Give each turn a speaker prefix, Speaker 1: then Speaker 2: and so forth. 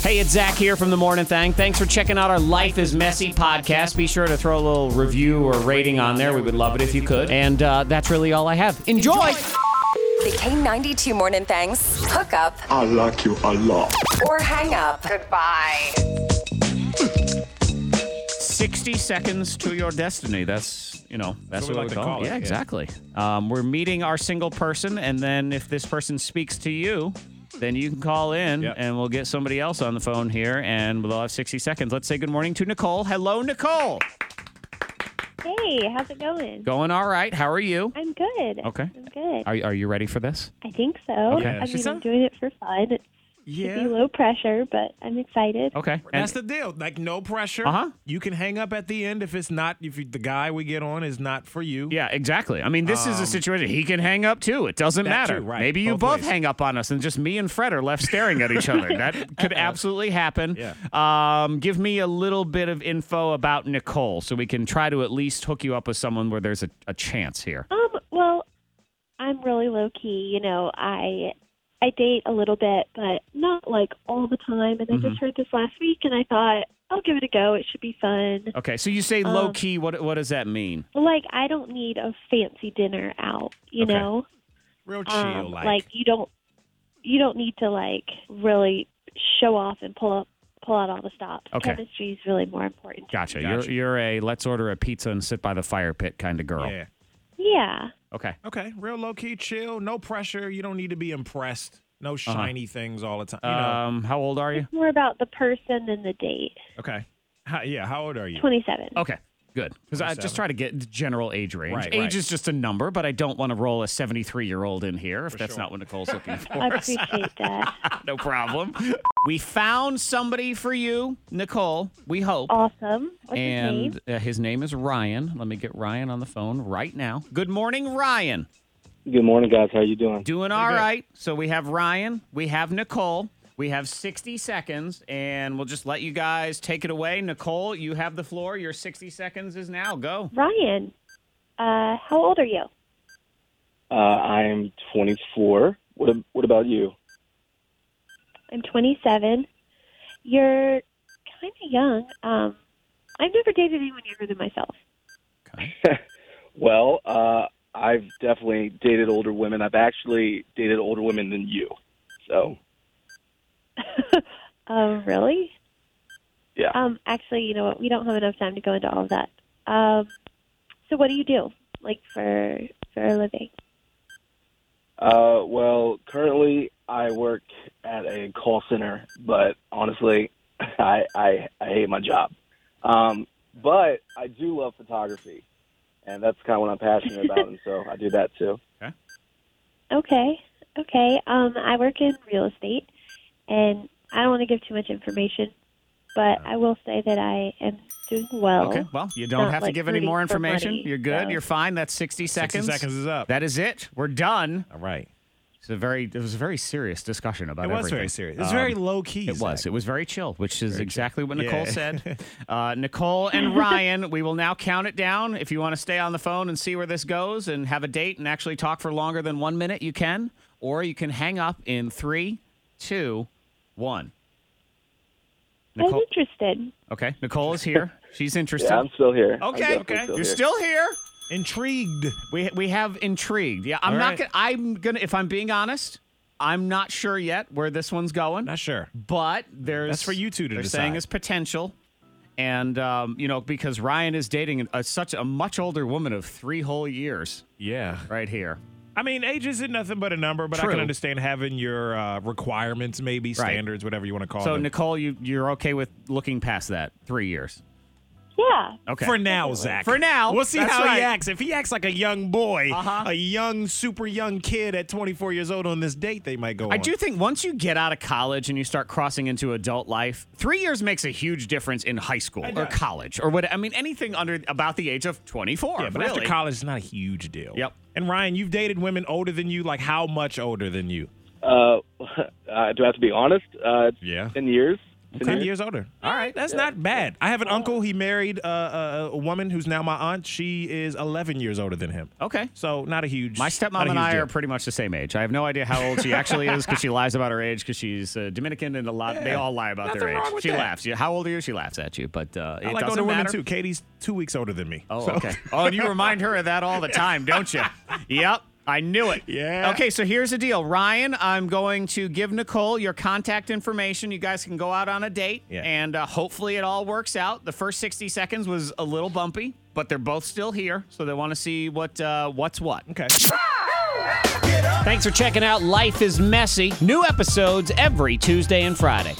Speaker 1: Hey, it's Zach here from The Morning Thing. Thanks for checking out our Life is Messy podcast. Be sure to throw a little review or rating on there. We would love it if you could. And uh, that's really all I have. Enjoy!
Speaker 2: The K92 Morning Thangs. Hook up
Speaker 3: I like you a lot.
Speaker 2: or hang up. Goodbye.
Speaker 1: 60 seconds to your destiny. That's, you know, that's,
Speaker 4: what we like
Speaker 1: we
Speaker 4: to call it,
Speaker 1: Yeah,
Speaker 4: yeah.
Speaker 1: exactly. Um, we're meeting our single person, and then if this person speaks to you, then you can call in
Speaker 4: Yep.
Speaker 1: and we'll get somebody else on the phone here, and we'll have 60 seconds. Let's say good morning to Nicole. Hello, Nicole.
Speaker 5: Hey, how's it going?
Speaker 1: Going all right. How are you?
Speaker 5: I'm good.
Speaker 1: Okay.
Speaker 5: I'm good.
Speaker 1: Are, are you ready for this?
Speaker 5: I think so.
Speaker 1: Okay.
Speaker 5: I
Speaker 4: She
Speaker 5: mean, I'm
Speaker 4: sounds-
Speaker 5: doing it for fun. It's it'd be low pressure, but I'm excited.
Speaker 1: Okay.
Speaker 4: That's the deal. Like no pressure.
Speaker 1: Uh-huh.
Speaker 4: You can hang up at the end if it's not if you, the guy we get on is not for you.
Speaker 1: Yeah, exactly. I mean, this is a situation he can hang up too. It doesn't
Speaker 4: Um, That
Speaker 1: matter.
Speaker 4: too, right.
Speaker 1: Maybe you both
Speaker 4: Both ways.
Speaker 1: hang up on us, and just me and Fred are left staring at each other. That could absolutely happen.
Speaker 4: Yeah.
Speaker 1: Um, give me a little bit of info about Nicole, so we can try to at least hook you up with someone where there's a, a chance here.
Speaker 5: Um, well, I'm really low key. You know, I I date a little bit, but not like all the time. And
Speaker 1: Mm-hmm.
Speaker 5: I just heard this last week, and I thought I'll give it a go. It should be fun.
Speaker 1: Okay. So you say
Speaker 4: Um,
Speaker 1: low key. What what does that mean?
Speaker 5: Like I don't need a fancy dinner out. You
Speaker 1: Okay.
Speaker 5: know,
Speaker 4: Real chill.
Speaker 5: um,
Speaker 4: like.
Speaker 5: you don't you don't need to like really show off and pull up pull out all the stops.
Speaker 1: Okay.
Speaker 5: Chemistry is really more important.
Speaker 1: Gotcha.
Speaker 4: Gotcha.
Speaker 1: You're you're a let's order a pizza and sit by the fire pit kind of girl.
Speaker 4: Yeah.
Speaker 5: Yeah.
Speaker 1: Okay.
Speaker 4: Okay. Real low key, chill. No pressure. You don't need to be impressed.
Speaker 1: Uh-huh.
Speaker 4: No shiny things all the time. You know.
Speaker 1: Um, how old are you?
Speaker 5: More about the person than the date.
Speaker 4: Okay. How, yeah. How old are you?
Speaker 5: Twenty seven.
Speaker 1: Okay, good. Because I just
Speaker 4: 27.
Speaker 1: try to get the general age range.
Speaker 4: Right,
Speaker 1: age
Speaker 4: right.
Speaker 1: is just a number, but I don't want to roll a 73 year old in here if that's not what Nicole's looking
Speaker 5: I
Speaker 1: for.
Speaker 5: appreciate that.
Speaker 1: no problem. we found somebody for you, Nicole. We hope.
Speaker 5: Oh, Awesome. What's his
Speaker 1: and
Speaker 5: name?
Speaker 1: Uh, his name is Ryan. Let me get Ryan on the phone right now. Good morning, Ryan.
Speaker 6: Good morning, guys. How you doing?
Speaker 1: Doing all right. So we have Ryan, we have Nicole, we have 60 seconds, and we'll just let you guys take it away. Nicole, you have the floor. Your 60 seconds is now. Go.
Speaker 5: Ryan. Uh, how old are you?
Speaker 6: Uh, I am 24. What ab- What about you?
Speaker 5: I'm twenty seven. You're kinda young. Um I've never dated anyone younger than myself.
Speaker 6: Well, uh, I've definitely dated older women. I've actually dated older women than you. So
Speaker 5: Oh, really?
Speaker 6: yeah,
Speaker 5: Um, actually, you know what? We don't have enough time to go into all of that. Um, so, what do you do, like for for a living?
Speaker 6: Uh, well, currently I work at a call center, but honestly, I I, I hate my job. Um, but I do love photography, and that's kind of what I'm passionate about, and so I do that too.
Speaker 5: Okay, okay. Um, I work in real estate, and I don't want to give too much information, but I will say that I am doing well.
Speaker 4: Oh.
Speaker 1: Okay. Well, you don't
Speaker 5: Not
Speaker 1: have to
Speaker 5: like
Speaker 1: give any more
Speaker 5: rooting for
Speaker 1: information.
Speaker 5: money,
Speaker 1: You're good.
Speaker 5: so-
Speaker 1: You're fine. That's 60 seconds.
Speaker 4: 60 seconds is up.
Speaker 1: That is it. We're done.
Speaker 4: all right.
Speaker 1: It's a very it was a very serious discussion about
Speaker 4: It was
Speaker 1: everything.
Speaker 4: very serious. It's
Speaker 1: Um,
Speaker 4: very low key.
Speaker 1: It was. It was very chill, which is exactly what Nicole
Speaker 4: Yeah.
Speaker 1: said. Uh, Nicole and Ryan, we will now count it down. If you want to stay on the phone and see where this goes and have a date and actually talk for longer than one minute, you can. Or you can hang up in three, two, one.
Speaker 5: I'm
Speaker 1: Nicole,
Speaker 5: interested.
Speaker 1: okay. Nicole is here. She's interested.
Speaker 6: Yeah, I'm still here. I'm
Speaker 1: okay.
Speaker 6: definitely
Speaker 1: Okay. You're
Speaker 6: here.
Speaker 1: still here.
Speaker 4: Intrigued.
Speaker 1: We we have intrigued. Yeah, I'm
Speaker 4: All
Speaker 1: not
Speaker 4: right.
Speaker 1: gonna. I'm gonna. If I'm being honest, I'm not sure yet where this one's going.
Speaker 4: Not sure.
Speaker 1: But there's
Speaker 4: That's for you two to
Speaker 1: They're
Speaker 4: decide.
Speaker 1: saying is potential, and um, you know because Ryan is dating a, such a much older woman of three whole years
Speaker 4: Yeah.
Speaker 1: right here.
Speaker 4: I mean, age isn't nothing but a number, but I
Speaker 1: True.
Speaker 4: can understand having your uh, requirements, maybe standards, whatever you want to call
Speaker 1: So
Speaker 4: them.
Speaker 1: Nicole, you you're okay with looking past that three years?
Speaker 5: Yeah.
Speaker 1: Okay.
Speaker 4: For now, Zach.
Speaker 1: For now,
Speaker 4: We'll see
Speaker 1: that's
Speaker 4: how
Speaker 1: right.
Speaker 4: he acts. If he acts like a young boy,
Speaker 1: Uh-huh.
Speaker 4: a young, super young kid at 24 years old on this date, they might go
Speaker 1: I
Speaker 4: on.
Speaker 1: do think once you get out of college and you start crossing into adult life, three years makes a huge difference in high school or college or what. I mean, anything under about the age of twenty four.
Speaker 4: Yeah, but
Speaker 1: really.
Speaker 4: after college, it's not a huge deal.
Speaker 1: Yep.
Speaker 4: And Ryan, you've dated women older than you. Like, how much older than you?
Speaker 6: Uh, uh, do I have to be honest? Uh,
Speaker 4: Yeah.
Speaker 6: Ten years.
Speaker 4: Ten years older. All right, that's not bad. I have
Speaker 1: Oh.
Speaker 4: an uncle. He married uh, a, a woman who's now my aunt. She is 11 years older than him.
Speaker 1: Okay.
Speaker 4: So not a huge.
Speaker 1: My
Speaker 4: not
Speaker 1: stepmom
Speaker 4: a
Speaker 1: and
Speaker 4: huge
Speaker 1: I
Speaker 4: deal.
Speaker 1: are pretty much the same age. I have no idea how old she actually is because she lies about her age because she's uh, Dominican and a lot. They
Speaker 4: Yeah.
Speaker 1: all lie about their
Speaker 4: Nothing wrong
Speaker 1: age.
Speaker 4: with
Speaker 1: She
Speaker 4: that.
Speaker 1: laughs. You- How old are you? She laughs at you. But uh, it
Speaker 4: I like
Speaker 1: doesn't
Speaker 4: older women
Speaker 1: matter.
Speaker 4: too. Katie's two weeks older than me.
Speaker 1: Oh,
Speaker 4: So-
Speaker 1: okay. Oh, and you remind her of that all the time, don't you? yep. I knew it.
Speaker 4: Yeah.
Speaker 1: Okay, so here's the deal. Ryan, I'm going to give Nicole your contact information. You guys can go out on a date,
Speaker 4: Yeah.
Speaker 1: and uh, hopefully it all works out. The first 60 seconds was a little bumpy, but they're both still here, so they want to see what uh, what's what.
Speaker 4: Okay.
Speaker 1: Thanks for checking out Life is Messy. New episodes every Tuesday and Friday.